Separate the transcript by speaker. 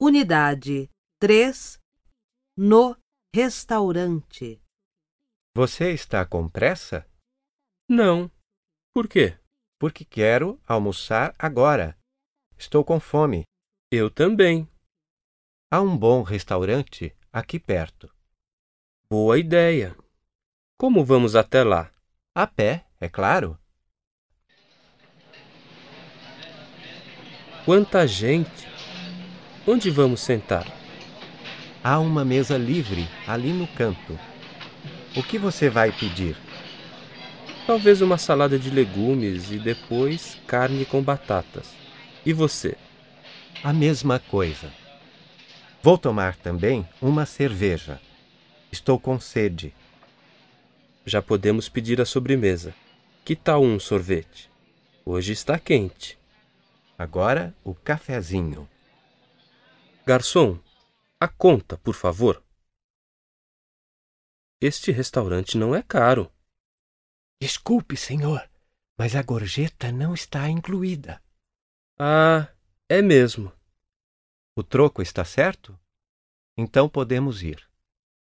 Speaker 1: Unidade 3 No restaurante.
Speaker 2: Você está com pressa?
Speaker 3: Não. Por quê?
Speaker 2: Porque quero almoçar agora. Estou com fome.
Speaker 3: Eu também.
Speaker 2: Há um bom restaurante aqui perto.
Speaker 3: Boa ideia. Como vamos até lá?
Speaker 2: A pé, é claro.
Speaker 3: Quanta gente! Onde vamos sentar?
Speaker 2: Há uma mesa livre ali no canto. O que você vai pedir?
Speaker 3: Talvez uma salada de legumes e depois carne com batatas. E você?
Speaker 2: A mesma coisa. Vou tomar também uma cerveja. Estou com sede.
Speaker 3: Já podemos pedir a sobremesa. Que tal um sorvete? Hoje está quente.
Speaker 2: Agora o cafezinho.
Speaker 3: Garçom, a conta, por favor. Este restaurante não é caro.
Speaker 2: Desculpe, senhor, mas a gorjeta não está incluída.
Speaker 3: Ah, é mesmo.
Speaker 2: O troco está certo? Então podemos ir.